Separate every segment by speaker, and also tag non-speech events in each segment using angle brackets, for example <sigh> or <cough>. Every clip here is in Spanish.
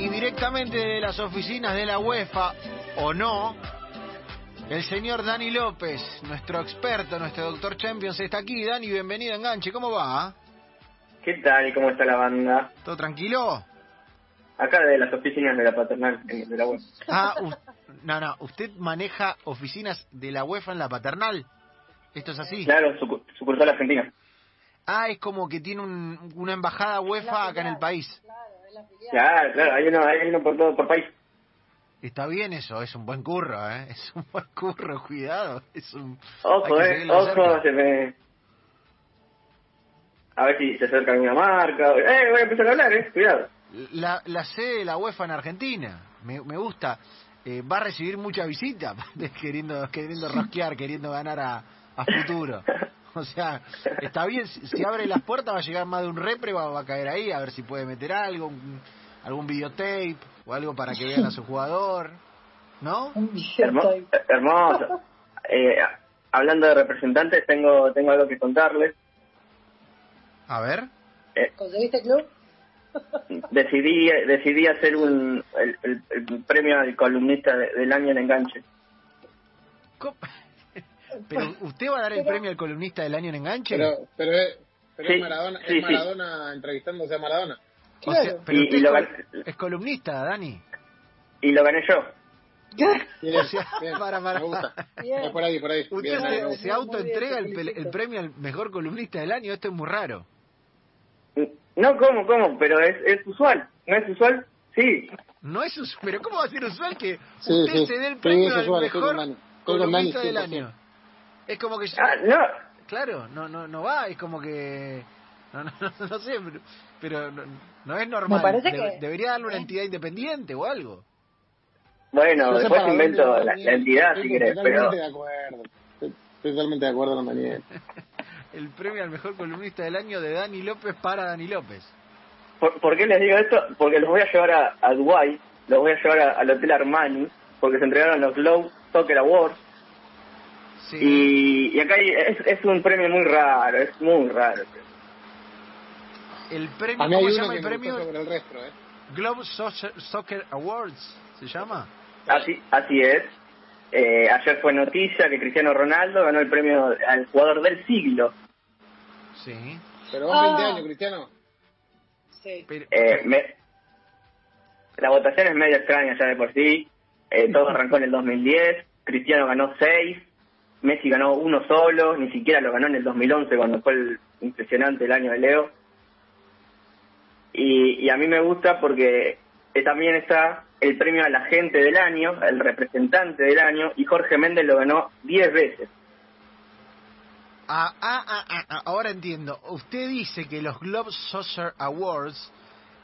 Speaker 1: directamente de las oficinas de la UEFA, o no, el señor Dani López, nuestro experto, nuestro doctor Champions, está aquí. Dani, bienvenido a Enganche, ¿cómo va?
Speaker 2: ¿Qué tal? ¿Cómo está la banda?
Speaker 1: ¿Todo tranquilo?
Speaker 2: Acá de las oficinas de la paternal, en- de la web.
Speaker 1: Ah,
Speaker 2: <laughs>
Speaker 1: u- no, no, usted maneja oficinas de la UEFA en la paternal. ¿Esto es así?
Speaker 2: Claro, sucu- sucursal argentina.
Speaker 1: Ah, es como que tiene un- una embajada UEFA acá en el país.
Speaker 3: Claro, es la filial.
Speaker 2: Claro, claro, hay uno, hay uno por todo, por país.
Speaker 1: Está bien eso, es un buen curro, ¿eh? Es un buen curro, cuidado. Es un... hay
Speaker 2: Ojo,
Speaker 1: que
Speaker 2: eh,
Speaker 1: seguirlo de
Speaker 2: ojo,
Speaker 1: cerca.
Speaker 2: se me... A ver si se acerca alguna marca. Eh, voy a empezar a hablar, eh, cuidado.
Speaker 1: La, la sede de la UEFA en Argentina, me, me gusta. Eh, va a recibir mucha visita, <laughs> queriendo, queriendo rosquear, queriendo ganar a, a futuro. O sea, está bien, si, si abre las puertas va a llegar más de un repre, va, va a caer ahí, a ver si puede meter algo, un- algún videotape o algo para que vean a su jugador, ¿no?
Speaker 3: Un billete
Speaker 2: Hermo-
Speaker 3: ahí.
Speaker 2: hermoso. Eh, hablando de representantes, tengo, tengo algo que contarles.
Speaker 1: A ver.
Speaker 2: Eh,
Speaker 3: ¿Conseguiste este club?
Speaker 2: decidí, decidí hacer un, el, el- el premio al columnista de- del año en enganche.
Speaker 1: ¿Cómo? Pero usted va a dar el premio al columnista del año en enganche.
Speaker 4: Pero, pero es, pero
Speaker 2: Sí,
Speaker 4: es Maradona,
Speaker 2: sí, sí.
Speaker 4: es Maradona entrevistándose a Maradona.
Speaker 1: O sea,
Speaker 3: Claro.
Speaker 1: pero
Speaker 2: Y-
Speaker 1: usted
Speaker 2: y lo
Speaker 1: es,
Speaker 2: gan-
Speaker 1: col- es columnista, Dani.
Speaker 2: Y lo gané yo.
Speaker 4: Bien,
Speaker 1: O sea,
Speaker 4: bien,
Speaker 1: para, para.
Speaker 4: Me gusta.
Speaker 3: Bien.
Speaker 4: Es por ahí, por ahí.
Speaker 1: Usted
Speaker 4: Bien,
Speaker 1: se,
Speaker 4: ahí, me
Speaker 3: Dani,
Speaker 4: gusta.
Speaker 1: se
Speaker 3: muy
Speaker 1: autoentrega el,
Speaker 3: bien, te
Speaker 1: pel- el
Speaker 3: felicito.
Speaker 1: premio al mejor columnista del año. Esto es muy raro.
Speaker 2: No, ¿cómo? ¿Cómo? Pero es, es usual. ¿No es usual? Sí.
Speaker 1: No es usual. Pero ¿cómo va a ser usual que
Speaker 4: Sí,
Speaker 1: usted
Speaker 4: sí.
Speaker 1: se dé el
Speaker 4: Sí,
Speaker 1: premio
Speaker 4: es
Speaker 1: al
Speaker 4: usual, estoy
Speaker 1: mejor
Speaker 4: con Dani. Estoy con
Speaker 1: columnista
Speaker 4: Dani
Speaker 1: del
Speaker 4: 100%.
Speaker 1: año? Es como que...
Speaker 2: Ah, no.
Speaker 1: Claro, no, no, no va. Es como que... No, no, no, no sé, pero, pero no, no es normal.
Speaker 3: Me parece
Speaker 1: Debe-
Speaker 3: que- ¿Eh?
Speaker 1: Debería darle una entidad independiente o algo.
Speaker 2: Bueno,
Speaker 4: Yo sé
Speaker 2: después
Speaker 4: para dónde
Speaker 2: invento
Speaker 4: va
Speaker 2: la,
Speaker 4: Daniel.
Speaker 2: la entidad
Speaker 4: Estoy
Speaker 2: si querés, pero...
Speaker 4: Totalmente de acuerdo. Estoy Totalmente de acuerdo con Daniel.
Speaker 1: Eh, El premio al mejor columnista del año de Dani López para Dani López.
Speaker 2: ¿Por, por qué les digo esto? Porque los voy a llevar a, a Dubái, los voy a llevar a- al Hotel Armani, porque se entregaron los Glow Soccer Awards,
Speaker 1: Sí.
Speaker 2: y, y acá hay- es, es un premio muy raro, es muy raro.
Speaker 1: El premio,
Speaker 4: A mí hay
Speaker 1: ¿Cómo se
Speaker 4: uno
Speaker 1: llama
Speaker 4: que
Speaker 1: el
Speaker 4: me gustó
Speaker 1: premio?
Speaker 4: sobre el resto, ¿eh?
Speaker 1: Globe Soccer, Soccer Awards, ¿se llama?
Speaker 2: Así, así es. Eh, ayer fue noticia que Cristiano Ronaldo ganó el premio al jugador del siglo.
Speaker 1: Sí.
Speaker 4: Pero van 20
Speaker 3: Ah.
Speaker 4: años, Cristiano.
Speaker 3: Sí. <laughs>
Speaker 1: Pero,
Speaker 2: Eh, me- La votación es medio extraña ya de por sí. Eh, todo arrancó en el 2010. Cristiano ganó 6. Messi ganó uno solo. Ni siquiera lo ganó en el 2011 cuando fue el impresionante el año de Leo. Y, y a mí me gusta porque eh, también está el premio a la gente del año, el representante del año, y Jorge Méndez lo ganó 10 veces.
Speaker 1: ah, ah, ah, ah, ah, ahora entiendo. Usted dice que los Globe Soccer Awards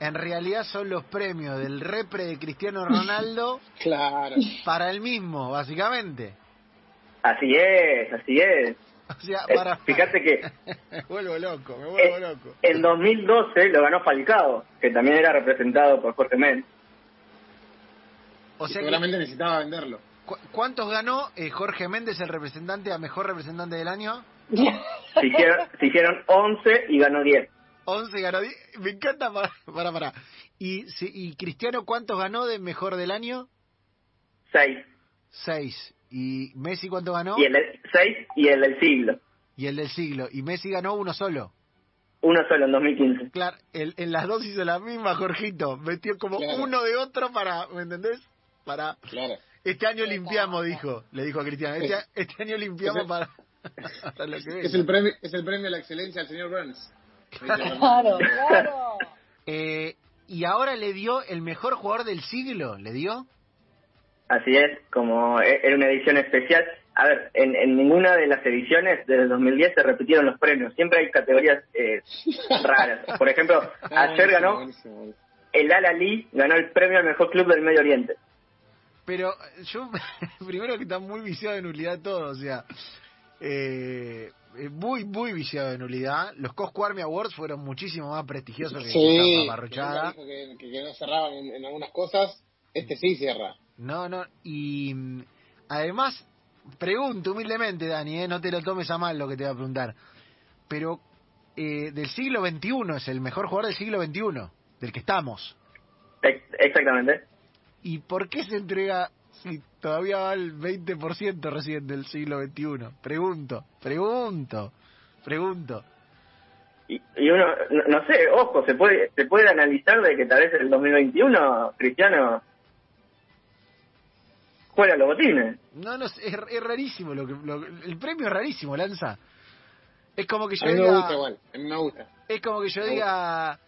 Speaker 1: en realidad son los premios del repre de Cristiano
Speaker 2: <laughs>
Speaker 1: Ronaldo
Speaker 4: Claro.
Speaker 1: para él mismo, básicamente. <laughs>
Speaker 2: Así es, así es.
Speaker 1: O sea,
Speaker 2: Eh,
Speaker 1: para...
Speaker 2: fíjate que
Speaker 1: <laughs> me vuelvo loco, me vuelvo
Speaker 2: eh,
Speaker 1: loco.
Speaker 2: en 2012 lo ganó Falcao, que también era representado por Jorge Méndez.
Speaker 1: O sea,
Speaker 4: Y
Speaker 1: que,
Speaker 4: seguramente necesitaba venderlo.
Speaker 1: ¿cu- ¿cuántos ganó eh, Jorge Méndez, el representante a mejor representante del año?
Speaker 4: <laughs>
Speaker 2: Se hicieron, se hicieron 11 y ganó 10.
Speaker 1: 11 ganó. diez. Me encanta. <laughs> Para, para, para. ¿Y, si- ¿Y Cristiano cuántos ganó de mejor del año?
Speaker 2: 6.
Speaker 1: 6. ¿Y Messi cuánto ganó?
Speaker 2: Y el 6 y el del siglo.
Speaker 1: Y el del siglo. Y Messi ganó uno solo.
Speaker 2: Uno solo en 2015.
Speaker 1: Claro, el- en las dos hizo la misma, Jorgito. Metió como
Speaker 4: Claro.
Speaker 1: uno de otro para. ¿Me entendés? Para.
Speaker 4: Claro.
Speaker 1: Este año limpiamos, dijo. Le dijo a Cristiano. Este, a- este año limpiamos
Speaker 4: Ese-
Speaker 1: para. para <laughs> lo que
Speaker 4: Es
Speaker 1: venga.
Speaker 4: el premio, es el premio a la excelencia al
Speaker 1: <laughs>
Speaker 4: señor Burns.
Speaker 3: Claro, claro.
Speaker 1: Eh, y ahora le dio el mejor jugador del siglo. ¿Le dio?
Speaker 2: Así es, como e- era una edición especial. A ver, en, en ninguna de las ediciones desde el 2010 se repitieron los premios. Siempre hay categorías
Speaker 4: <laughs>
Speaker 2: eh, raras. Por ejemplo,
Speaker 4: Ah,
Speaker 2: ayer ganó
Speaker 4: buenísimo, buenísimo.
Speaker 2: el Al Ali, ganó el premio al mejor club del Medio Oriente.
Speaker 1: Pero yo, <laughs> primero que está muy viciado de nulidad todo, o sea, eh, eh, muy, muy viciado de nulidad. Los Coscu Army Awards fueron muchísimo más prestigiosos que
Speaker 4: Sí,
Speaker 1: esa paparruchada.
Speaker 4: que nunca dijo que, que- que no cerraban en, en algunas cosas, este sí cierra.
Speaker 1: No, no, y mm, además, pregunto humildemente, Dani, eh, no te lo tomes a mal lo que te voy a preguntar, pero eh, del siglo XXI es el mejor jugador del siglo XXI, del que estamos.
Speaker 2: Ex- Exactamente.
Speaker 1: ¿Y por qué se entrega si todavía va el 20% recién del siglo XXI? Pregunto, pregunto, pregunto.
Speaker 2: Y, y uno, no, no sé, ojo, se puede se puede analizar de que tal vez el 2021 Cristiano juega los botines.
Speaker 1: No, no, sé, es, es rarísimo. Lo que, lo- el premio es rarísimo, Lanza. Es como que yo
Speaker 4: A mí me
Speaker 1: diga-
Speaker 4: gusta igual, a mí me gusta.
Speaker 1: Es como que yo
Speaker 4: Me
Speaker 1: diga,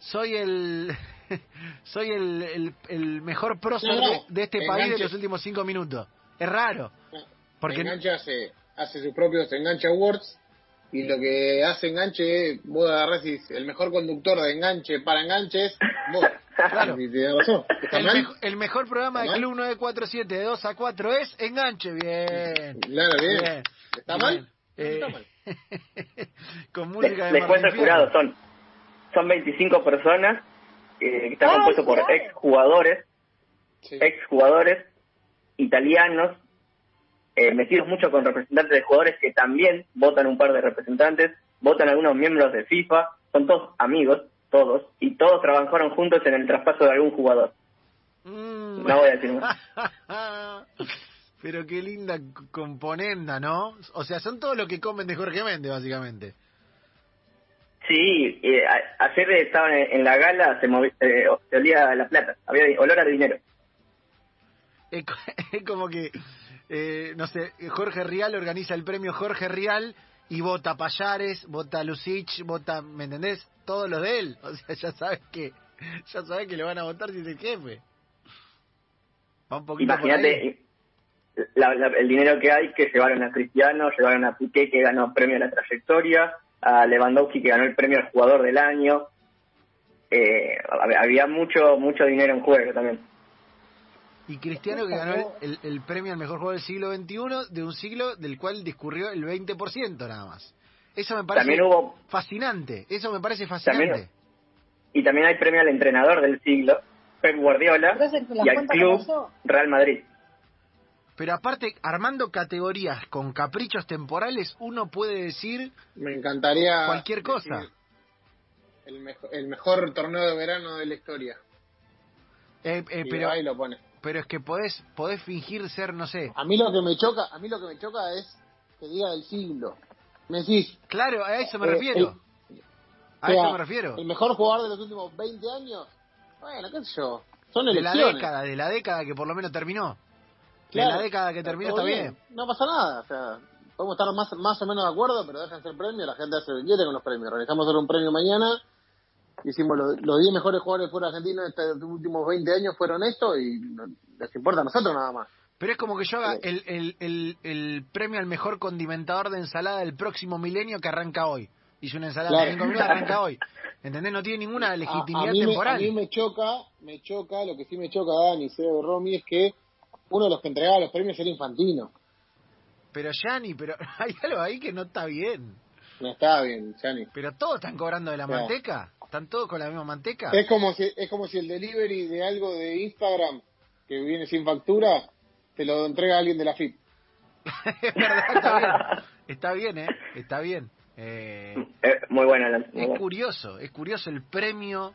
Speaker 1: soy el <laughs> soy el, el, el mejor prócer
Speaker 4: No, no,
Speaker 1: de, de este
Speaker 4: me
Speaker 1: país de
Speaker 4: enganche.
Speaker 1: los últimos cinco minutos. Es raro.
Speaker 4: Porque
Speaker 1: Porque
Speaker 4: Enganche hace, hace sus propios Enganche Awards y lo que hace Enganche es, vos agarrás y dices, el mejor conductor de Enganche para Enganches, vos.
Speaker 1: <laughs> Claro.
Speaker 4: Y tenés razón. ¿Está
Speaker 1: el,
Speaker 4: mal?
Speaker 1: mejo- el mejor programa de
Speaker 4: ¿Está mal?
Speaker 1: Club 947 de 2 a 4 es Enganche. Bien.
Speaker 4: Claro, bien.
Speaker 1: Bien.
Speaker 4: ¿Está
Speaker 1: Bien.
Speaker 4: mal? No
Speaker 1: Eh,
Speaker 4: está mal.
Speaker 1: <laughs> con
Speaker 2: De-
Speaker 1: música de
Speaker 2: Les
Speaker 1: Martín
Speaker 2: cuento el
Speaker 1: Fierro.
Speaker 2: jurado, son, son 25 personas eh, que está
Speaker 3: Ah,
Speaker 2: compuesto por
Speaker 3: jurado.
Speaker 2: exjugadores,
Speaker 4: Sí.
Speaker 2: exjugadores italianos, eh, metidos mucho con representantes de jugadores que también votan un par de representantes, votan algunos miembros de FIFA, son todos amigos, todos, y todos trabajaron juntos en el traspaso de algún jugador.
Speaker 1: Mm.
Speaker 2: No voy a decir más.
Speaker 1: <laughs> Pero qué linda c- componenda, ¿no? O sea, son todo lo que comen de Jorge Méndez, básicamente.
Speaker 2: Sí, eh, a- ayer estaban en, en la gala, se, movi- eh, se olía la plata, había olor a dinero.
Speaker 1: Es, co- <laughs> es como que, eh, no sé, Jorge Rial organiza el premio Jorge Rial y vota Payares, vota Lucich, vota, ¿me entendés? Todos los de él. <laughs> O sea, ya sabes que ya sabes que le van a votar si es el jefe. Va un poquito por ahí.
Speaker 2: Imagínate la- la- el dinero que hay que llevaron a Cristiano, llevaron a Piqué que ganó premio a la trayectoria, a Lewandowski que ganó el premio al jugador del año. Eh, hab- había mucho mucho dinero en juego también.
Speaker 1: Y Cristiano que ganó el, el- el premio al mejor juego del siglo XXI, de un siglo del cual discurrió el 20% nada más. Eso me parece
Speaker 2: También hubo
Speaker 1: fascinante, eso me parece
Speaker 2: También-
Speaker 1: fascinante.
Speaker 2: y también hay premio al entrenador del siglo, Pep Guardiola
Speaker 3: Pero ese- la
Speaker 2: y al
Speaker 3: cuenta que
Speaker 2: club
Speaker 3: pasó.
Speaker 2: Real Madrid.
Speaker 1: Pero aparte, armando categorías con caprichos temporales, uno puede decir
Speaker 4: Me encantaría.
Speaker 1: cualquier cosa.
Speaker 4: decir El mejor, el mejor torneo de verano de la historia.
Speaker 1: Eh, eh,
Speaker 4: Y
Speaker 1: pero,
Speaker 4: ahí lo pone.
Speaker 1: pero es que podés, podés fingir ser, no sé.
Speaker 4: A mí lo que me choca, a mí lo que me choca es que diga el siglo. Me decís.
Speaker 1: Claro, a eso me
Speaker 4: eh,
Speaker 1: refiero. A
Speaker 4: o sea,
Speaker 1: eso me refiero.
Speaker 4: El mejor jugador de los últimos 20 años. Bueno, qué sé yo. Son
Speaker 1: De la
Speaker 4: elecciones.
Speaker 1: década, de la década que por lo menos terminó. De
Speaker 4: Claro,
Speaker 1: la década que terminó
Speaker 4: todo
Speaker 1: está bien.
Speaker 4: No pasa nada. O sea, podemos estar más, más o menos de acuerdo, pero dejan ser premios. La gente hace billete con los premios. Realizamos ahora un premio mañana. Hicimos los, los 10 mejores jugadores fuera argentinos de estos últimos 20 años fueron estos y no- les importa a nosotros nada más.
Speaker 1: Pero es como que yo haga
Speaker 4: Eh.
Speaker 1: el, el, el, el premio al mejor condimentador de ensalada del próximo milenio que arranca hoy. Hice una ensalada de
Speaker 4: Claro.
Speaker 1: cinco minutos, arranca
Speaker 4: <laughs>
Speaker 1: hoy. ¿Entendés? No tiene ninguna legitimidad
Speaker 4: a, a mí
Speaker 1: temporal.
Speaker 4: Me, a mí me choca, me choca, lo que sí me choca Dani, Seo y Romy es que uno de los que entregaba los premios era infantino.
Speaker 1: Pero Yanni, pero <laughs> hay algo ahí que no está bien.
Speaker 4: No está bien, Gianni.
Speaker 1: Pero todos están cobrando de la
Speaker 4: Sí.
Speaker 1: manteca. ¿Están todos con la misma manteca?
Speaker 4: Es como si es como si el delivery de algo de Instagram que viene sin factura te lo entrega alguien de la FIP.
Speaker 1: <laughs> Es verdad, está bien. Está bien, ¿eh? Está bien. Eh,
Speaker 2: Eh, muy buena la muy
Speaker 1: es
Speaker 2: buena.
Speaker 1: curioso, es curioso el premio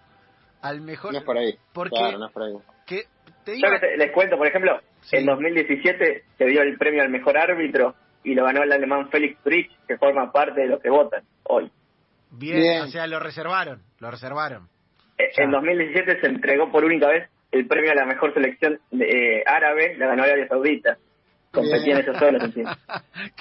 Speaker 1: al mejor...
Speaker 4: No es por ahí.
Speaker 1: Porque
Speaker 4: Claro, no es por ahí.
Speaker 1: que te digo,
Speaker 2: Yo que te- les cuento, por ejemplo,
Speaker 1: Sí.
Speaker 2: en 2017 se dio el premio al mejor árbitro y lo ganó el alemán Felix Brich, que forma parte de los que votan hoy.
Speaker 1: bien,
Speaker 4: Bien.
Speaker 1: o sea, lo reservaron, lo reservaron. <laughs>
Speaker 2: Eh,
Speaker 1: Ya.
Speaker 2: En 2017 se entregó por única vez el premio a la mejor selección de- eh, árabe, la ganó Arabia Saudita. Competían
Speaker 4: Bien.
Speaker 2: ellos solos encima.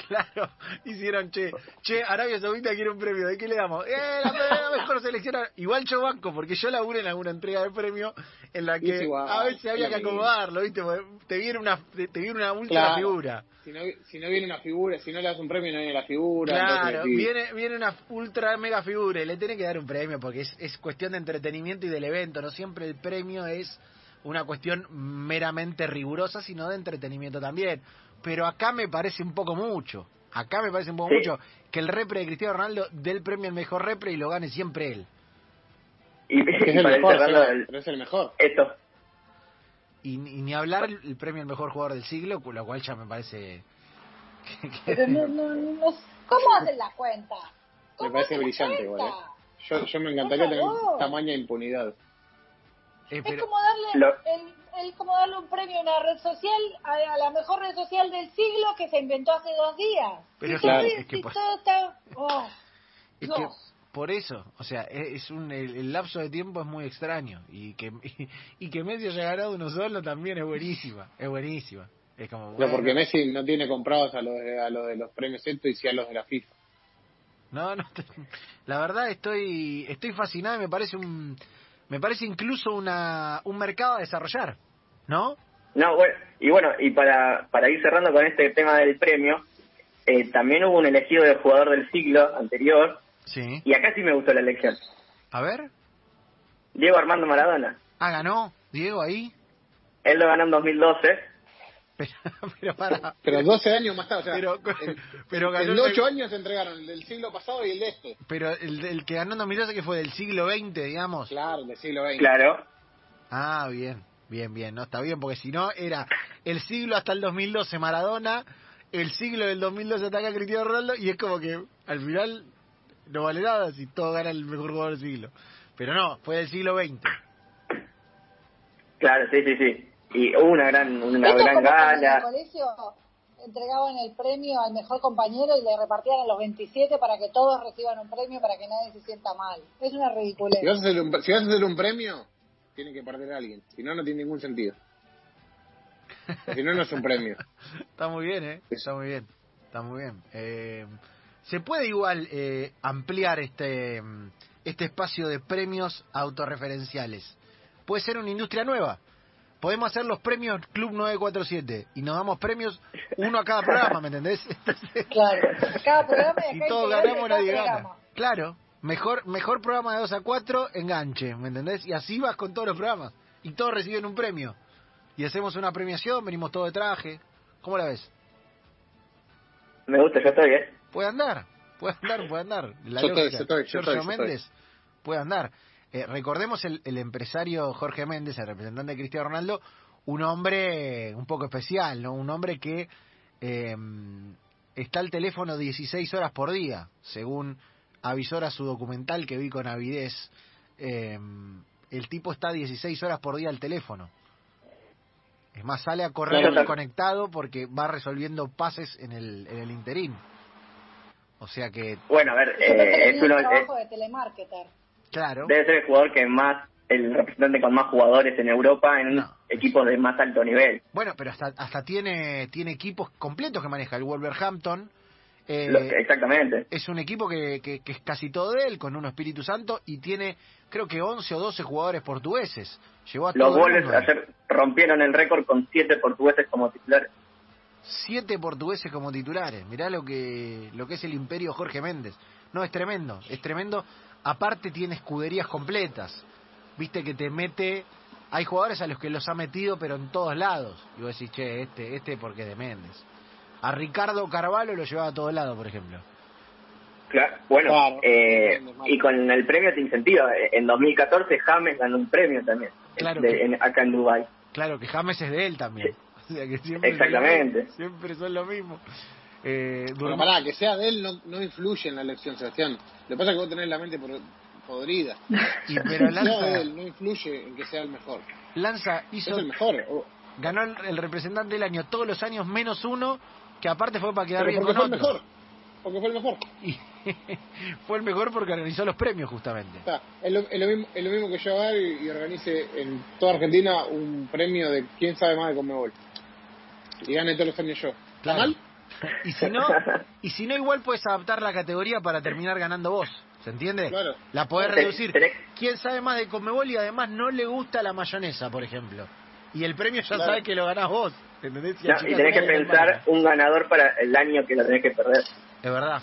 Speaker 1: claro, hicieron, che, che, Arabia Saudita quiere un premio, ¿de qué le damos? Eh, la, la mejor selección, árabe. igual yo banco, porque yo laburé en alguna entrega de premio en la que
Speaker 4: Es igual,
Speaker 1: a veces había
Speaker 4: es
Speaker 1: que
Speaker 4: lo mismo.
Speaker 1: acomodarlo, ¿viste? Porque Te viene una, te, te viene una última
Speaker 4: Claro.
Speaker 1: figura.
Speaker 4: Si no, si no viene una figura, si no le das un premio no viene la figura.
Speaker 1: Claro,
Speaker 4: entonces, sí.
Speaker 1: viene, viene una ultra mega figura y le tiene que dar un premio porque es, es cuestión de entretenimiento y del evento. No siempre el premio es una cuestión meramente rigurosa, sino de entretenimiento también. Pero acá me parece un poco mucho. Acá me parece un poco
Speaker 2: Sí.
Speaker 1: mucho que el repre de Cristiano Ronaldo dé el premio al mejor repre y lo gane siempre él.
Speaker 2: Y,
Speaker 4: Porque
Speaker 2: y
Speaker 4: es el
Speaker 2: para ir
Speaker 4: mejor,
Speaker 2: cerrando,
Speaker 4: Seba,
Speaker 2: el-
Speaker 4: pero es el mejor.
Speaker 2: esto,
Speaker 1: Y, ni- y ni hablar el, el premio al mejor jugador del siglo, cu- lo cual ya me parece. eh, que- que-
Speaker 3: Pero no, no, no, no- ¿Cómo hacen la cuenta?
Speaker 4: Me
Speaker 3: ¿Cómo
Speaker 4: parece
Speaker 3: hacen la
Speaker 4: brillante
Speaker 3: cuenta?
Speaker 4: igual. ¿eh? Yo, yo me encantaría
Speaker 3: Por
Speaker 4: tener
Speaker 3: favor.
Speaker 4: tamaña impunidad.
Speaker 1: Eh,
Speaker 3: es
Speaker 1: pero-
Speaker 3: como darle,
Speaker 2: Lo-
Speaker 3: el, el- como darle un premio a una red social, a, a la mejor red social del siglo que se inventó hace dos días.
Speaker 1: Pero
Speaker 3: y
Speaker 1: claro,
Speaker 3: todo,
Speaker 1: es que
Speaker 3: y
Speaker 1: por-
Speaker 3: todo está... oh,
Speaker 1: Es
Speaker 3: Dios.
Speaker 1: que por eso, o sea, e- es un, el, el lapso de tiempo es muy extraño y que <laughs> y, que Messi haya ganado uno solo también es buenísima, es buenísima. Es como
Speaker 4: No,
Speaker 1: bueno,
Speaker 4: porque Messi no tiene comprados a los de, a los de los premios estos y sí a los de la FIFA.
Speaker 1: no, <laughs> no, la verdad estoy estoy fascinado, y me parece un me parece incluso una un mercado a desarrollar, ¿no?
Speaker 2: No, bueno, y bueno, y para, para ir cerrando con este tema del premio, eh, también hubo un elegido de jugador del siglo anterior,
Speaker 1: Sí.
Speaker 2: y acá sí me gustó la elección.
Speaker 1: A ver,
Speaker 2: Diego Armando Maradona.
Speaker 1: ah ganó Diego ahí, <laughs>
Speaker 2: Él lo ganó en 2012.
Speaker 1: pero pero para
Speaker 4: Pero 12 años más tarde, o sea,
Speaker 1: Pero- <laughs>
Speaker 4: en,
Speaker 1: pero
Speaker 4: en
Speaker 1: ganó el-
Speaker 4: 8 años se entregaron, el del siglo pasado y el de este.
Speaker 1: pero el, el que ganó en 2012 que fue del siglo XX, digamos.
Speaker 4: Claro, del siglo XX.
Speaker 2: Claro.
Speaker 1: Ah, bien, bien, bien, no está bien, porque si no era el siglo hasta el 2012 Maradona, el siglo del 2012 hasta acá Cristiano Ronaldo, y es como que al final no vale nada si todo gana el mejor jugador del siglo. Pero no, fue del siglo XX.
Speaker 2: Claro, sí, sí, sí. Y hubo una gran, una
Speaker 3: Esto es
Speaker 2: gran
Speaker 3: como cuando En el
Speaker 2: gala.
Speaker 3: colegio entregaban el premio al mejor compañero y le repartían a los 27 para que todos reciban un premio para que nadie se sienta mal. Es una ridiculez.
Speaker 4: Si vas, a hacer un, si vas a hacer un premio, tiene que perder a alguien. Si no, no tiene ningún sentido. Si no, no es
Speaker 1: <laughs>
Speaker 4: un premio.
Speaker 1: Está muy bien, ¿eh? Está muy bien, está muy bien. Eh, ¿Se puede igual eh, ampliar este, mm, este espacio de premios autorreferenciales? Puede ser una industria nueva. Podemos hacer los premios Club 947 y nos damos premios uno a cada programa, ¿me entendés? Entonces,
Speaker 3: Claro. Cada programa de
Speaker 1: y
Speaker 3: acá
Speaker 1: todos
Speaker 3: hay que
Speaker 1: ganamos,
Speaker 3: ganar
Speaker 1: nadie
Speaker 3: cada
Speaker 1: gana.
Speaker 3: programa.
Speaker 1: Claro, mejor, mejor programa de 2 a 4, enganche, ¿me entendés? Y así vas con todos los programas. Y todos reciben un premio. Y hacemos una premiación, venimos todos de traje. ¿Cómo la ves?
Speaker 2: Me gusta, yo estoy, ¿eh?
Speaker 1: Puede andar, puede andar, puede
Speaker 4: <laughs>
Speaker 1: andar. La
Speaker 4: Yo estoy,
Speaker 1: lógica.
Speaker 4: yo estoy, yo
Speaker 1: Giorgio
Speaker 4: estoy, yo estoy.
Speaker 1: Méndez puede andar. Eh, recordemos el, el empresario Jorge Méndez, el representante de Cristiano Ronaldo, un hombre un poco especial, ¿no? Un hombre que eh, está al teléfono 16 horas por día, según avisora su documental que vi con avidez. Eh, el tipo está 16 horas por día al teléfono. Es más, sale a correr
Speaker 2: Claro.
Speaker 1: desconectado porque va resolviendo pases en el, en el interín. O sea que,
Speaker 2: Bueno, a ver,
Speaker 3: Yo creo que
Speaker 2: eh,
Speaker 3: tenía
Speaker 2: es
Speaker 3: un
Speaker 2: uno, es-
Speaker 3: trabajo de telemarketer.
Speaker 1: claro,
Speaker 2: debe ser el jugador que más, el representante con más jugadores en Europa en
Speaker 1: No.
Speaker 2: equipos de más alto nivel.
Speaker 1: bueno, pero hasta hasta tiene tiene equipos completos que maneja. El Wolverhampton eh,
Speaker 2: Lo- exactamente.
Speaker 1: es un equipo que, que- que es casi todo de él, con un Espíritu Santo, y tiene creo que 11 o 12 jugadores portugueses. Llevó a
Speaker 2: Los
Speaker 1: todo el
Speaker 2: goles
Speaker 1: mundo.
Speaker 2: ayer rompieron el récord con siete portugueses como titular.
Speaker 1: Siete portugueses como titulares. Mirá lo que, lo que es el imperio Jorge Méndez. No, es tremendo, es tremendo. Aparte tiene escuderías completas. Viste que te mete... Hay jugadores a los que los ha metido, pero en todos lados. Y vos decís, che, este, este porque es de Méndez. A Ricardo Carvalho lo llevaba a todos lados, por ejemplo.
Speaker 2: Claro, bueno,
Speaker 4: Claro.
Speaker 2: eh, y con el premio te incentiva. En 2014 James ganó un premio también,
Speaker 1: Claro
Speaker 2: de-
Speaker 1: que-
Speaker 2: en- acá en Dubái.
Speaker 1: Claro, que James es de él también. O sea, que siempre
Speaker 2: Exactamente.
Speaker 1: siempre son lo mismo. Eh,
Speaker 4: Pero pará, que sea de él no, no influye en la elección, Sebastián. Lo que pasa es que vos tenés la mente por- podrida.
Speaker 1: y, pero
Speaker 4: <laughs> No de
Speaker 1: Lanza,
Speaker 4: él, no influye en que sea el mejor.
Speaker 1: Lanza
Speaker 4: Es
Speaker 1: hizo
Speaker 4: el mejor. o-
Speaker 1: ganó el, el representante del año todos los años menos uno, que aparte fue para quedar
Speaker 4: pero
Speaker 1: bien
Speaker 4: porque
Speaker 1: con
Speaker 4: fue el
Speaker 1: otro.
Speaker 4: mejor. Porque fue el mejor.
Speaker 1: <laughs> Y fue el mejor porque organizó los premios justamente.
Speaker 4: O sea, es, lo, es lo mismo, es lo mismo que yo haga y, y organice en toda Argentina un premio de quién sabe más de Conmebol. Y gane todos los años yo. ¿Está
Speaker 1: Claro.
Speaker 4: mal?
Speaker 1: Y si no, y si no igual puedes adaptar la categoría para terminar ganando vos. ¿Se entiende?
Speaker 4: Claro.
Speaker 1: La podés
Speaker 2: Sí,
Speaker 1: reducir.
Speaker 2: tenés-
Speaker 1: ¿Quién sabe más de Comebol y además no le gusta la mayonesa, por ejemplo? Y el premio ya
Speaker 4: Claro.
Speaker 1: sabe que lo ganás vos. ¿Entendés?
Speaker 2: No, y
Speaker 1: achicás
Speaker 2: tenés que
Speaker 1: un poco el
Speaker 2: pensar
Speaker 1: margen.
Speaker 2: un ganador para el año que lo tenés que perder.
Speaker 1: Es verdad.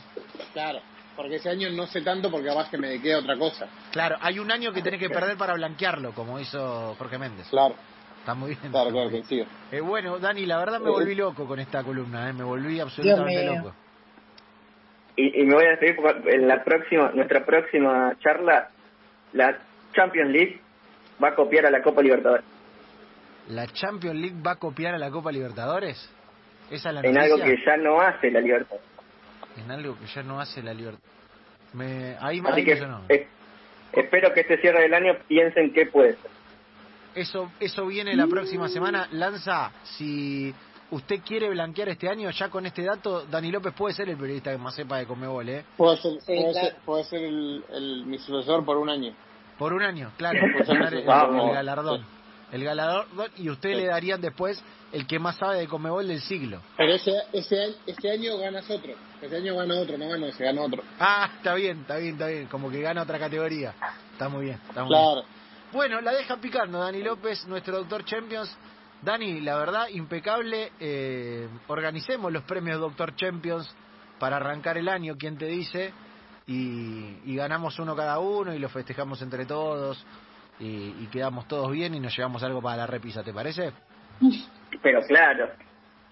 Speaker 4: Claro. Porque ese año no sé tanto porque capaz que me dediqué a otra cosa.
Speaker 1: Claro, hay un año que tenés que perder para blanquearlo, como hizo Jorge Méndez.
Speaker 4: Claro,
Speaker 1: Está muy bien.
Speaker 4: claro, claro, coincido.
Speaker 1: Eh, bueno, Dani, la verdad me
Speaker 4: Eh,
Speaker 1: volví loco con esta columna, eh, me volví absolutamente
Speaker 3: mío.
Speaker 1: loco.
Speaker 2: Y, y me voy a despedir porque en la próxima, nuestra próxima charla, la Champions League va a copiar a la Copa Libertadores.
Speaker 1: ¿La Champions League va a copiar a la Copa Libertadores? Esa es la
Speaker 2: En
Speaker 1: noticia.
Speaker 2: algo que ya no hace la Libertadores.
Speaker 1: En algo que ya no hace la Libertadores. Me... Ahí,
Speaker 2: Así
Speaker 1: ahí
Speaker 2: que
Speaker 1: me sonó.
Speaker 2: eh, espero que este cierre del año piensen qué puede ser.
Speaker 1: Eso, eso viene la próxima semana. Lanza, si usted quiere blanquear este año, ya con este dato, Dani López puede ser el periodista que más sepa de Comebol, ¿eh?
Speaker 4: Puedo ser,
Speaker 3: Sí,
Speaker 4: puedo
Speaker 3: claro.
Speaker 4: ser- puedo ser el, el- mi sucesor por un año.
Speaker 1: Por un año, claro.
Speaker 4: Por un año,
Speaker 1: el,
Speaker 4: vamos.
Speaker 1: el galardón. El galardón, y usted
Speaker 4: Sí.
Speaker 1: le darían después el que más sabe de Comebol del siglo.
Speaker 4: Pero ese, ese, año- ese año ganas otro. Ese año gana otro, no gana ese, gana otro.
Speaker 1: Ah, está bien, está bien, está bien. Como que gana otra categoría. Está muy bien, está muy bien.
Speaker 4: Claro.
Speaker 1: Bueno, la deja picando Dani López, nuestro doctor Champions. Dani, la verdad, impecable. Eh, organicemos los premios Doctor Champions para arrancar el año, quien te dice. Y, y ganamos uno cada uno y lo festejamos entre todos. Y, y quedamos todos bien y nos llevamos algo para la repisa, ¿te parece?
Speaker 2: Pero claro,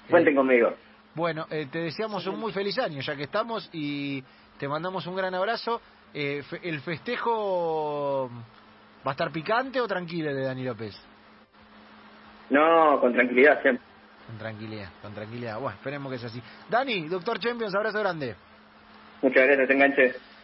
Speaker 2: cuenten conmigo.
Speaker 1: Bueno, eh, te deseamos un muy feliz año ya que estamos y te mandamos un gran abrazo. Eh, fe- ¿El festejo va a estar picante o tranquilo el de Dani López?
Speaker 2: No, con tranquilidad siempre.
Speaker 1: Con tranquilidad, con tranquilidad. Bueno, esperemos que sea así. Dani, doctor Champions, abrazo grande.
Speaker 2: Muchas gracias, enganche.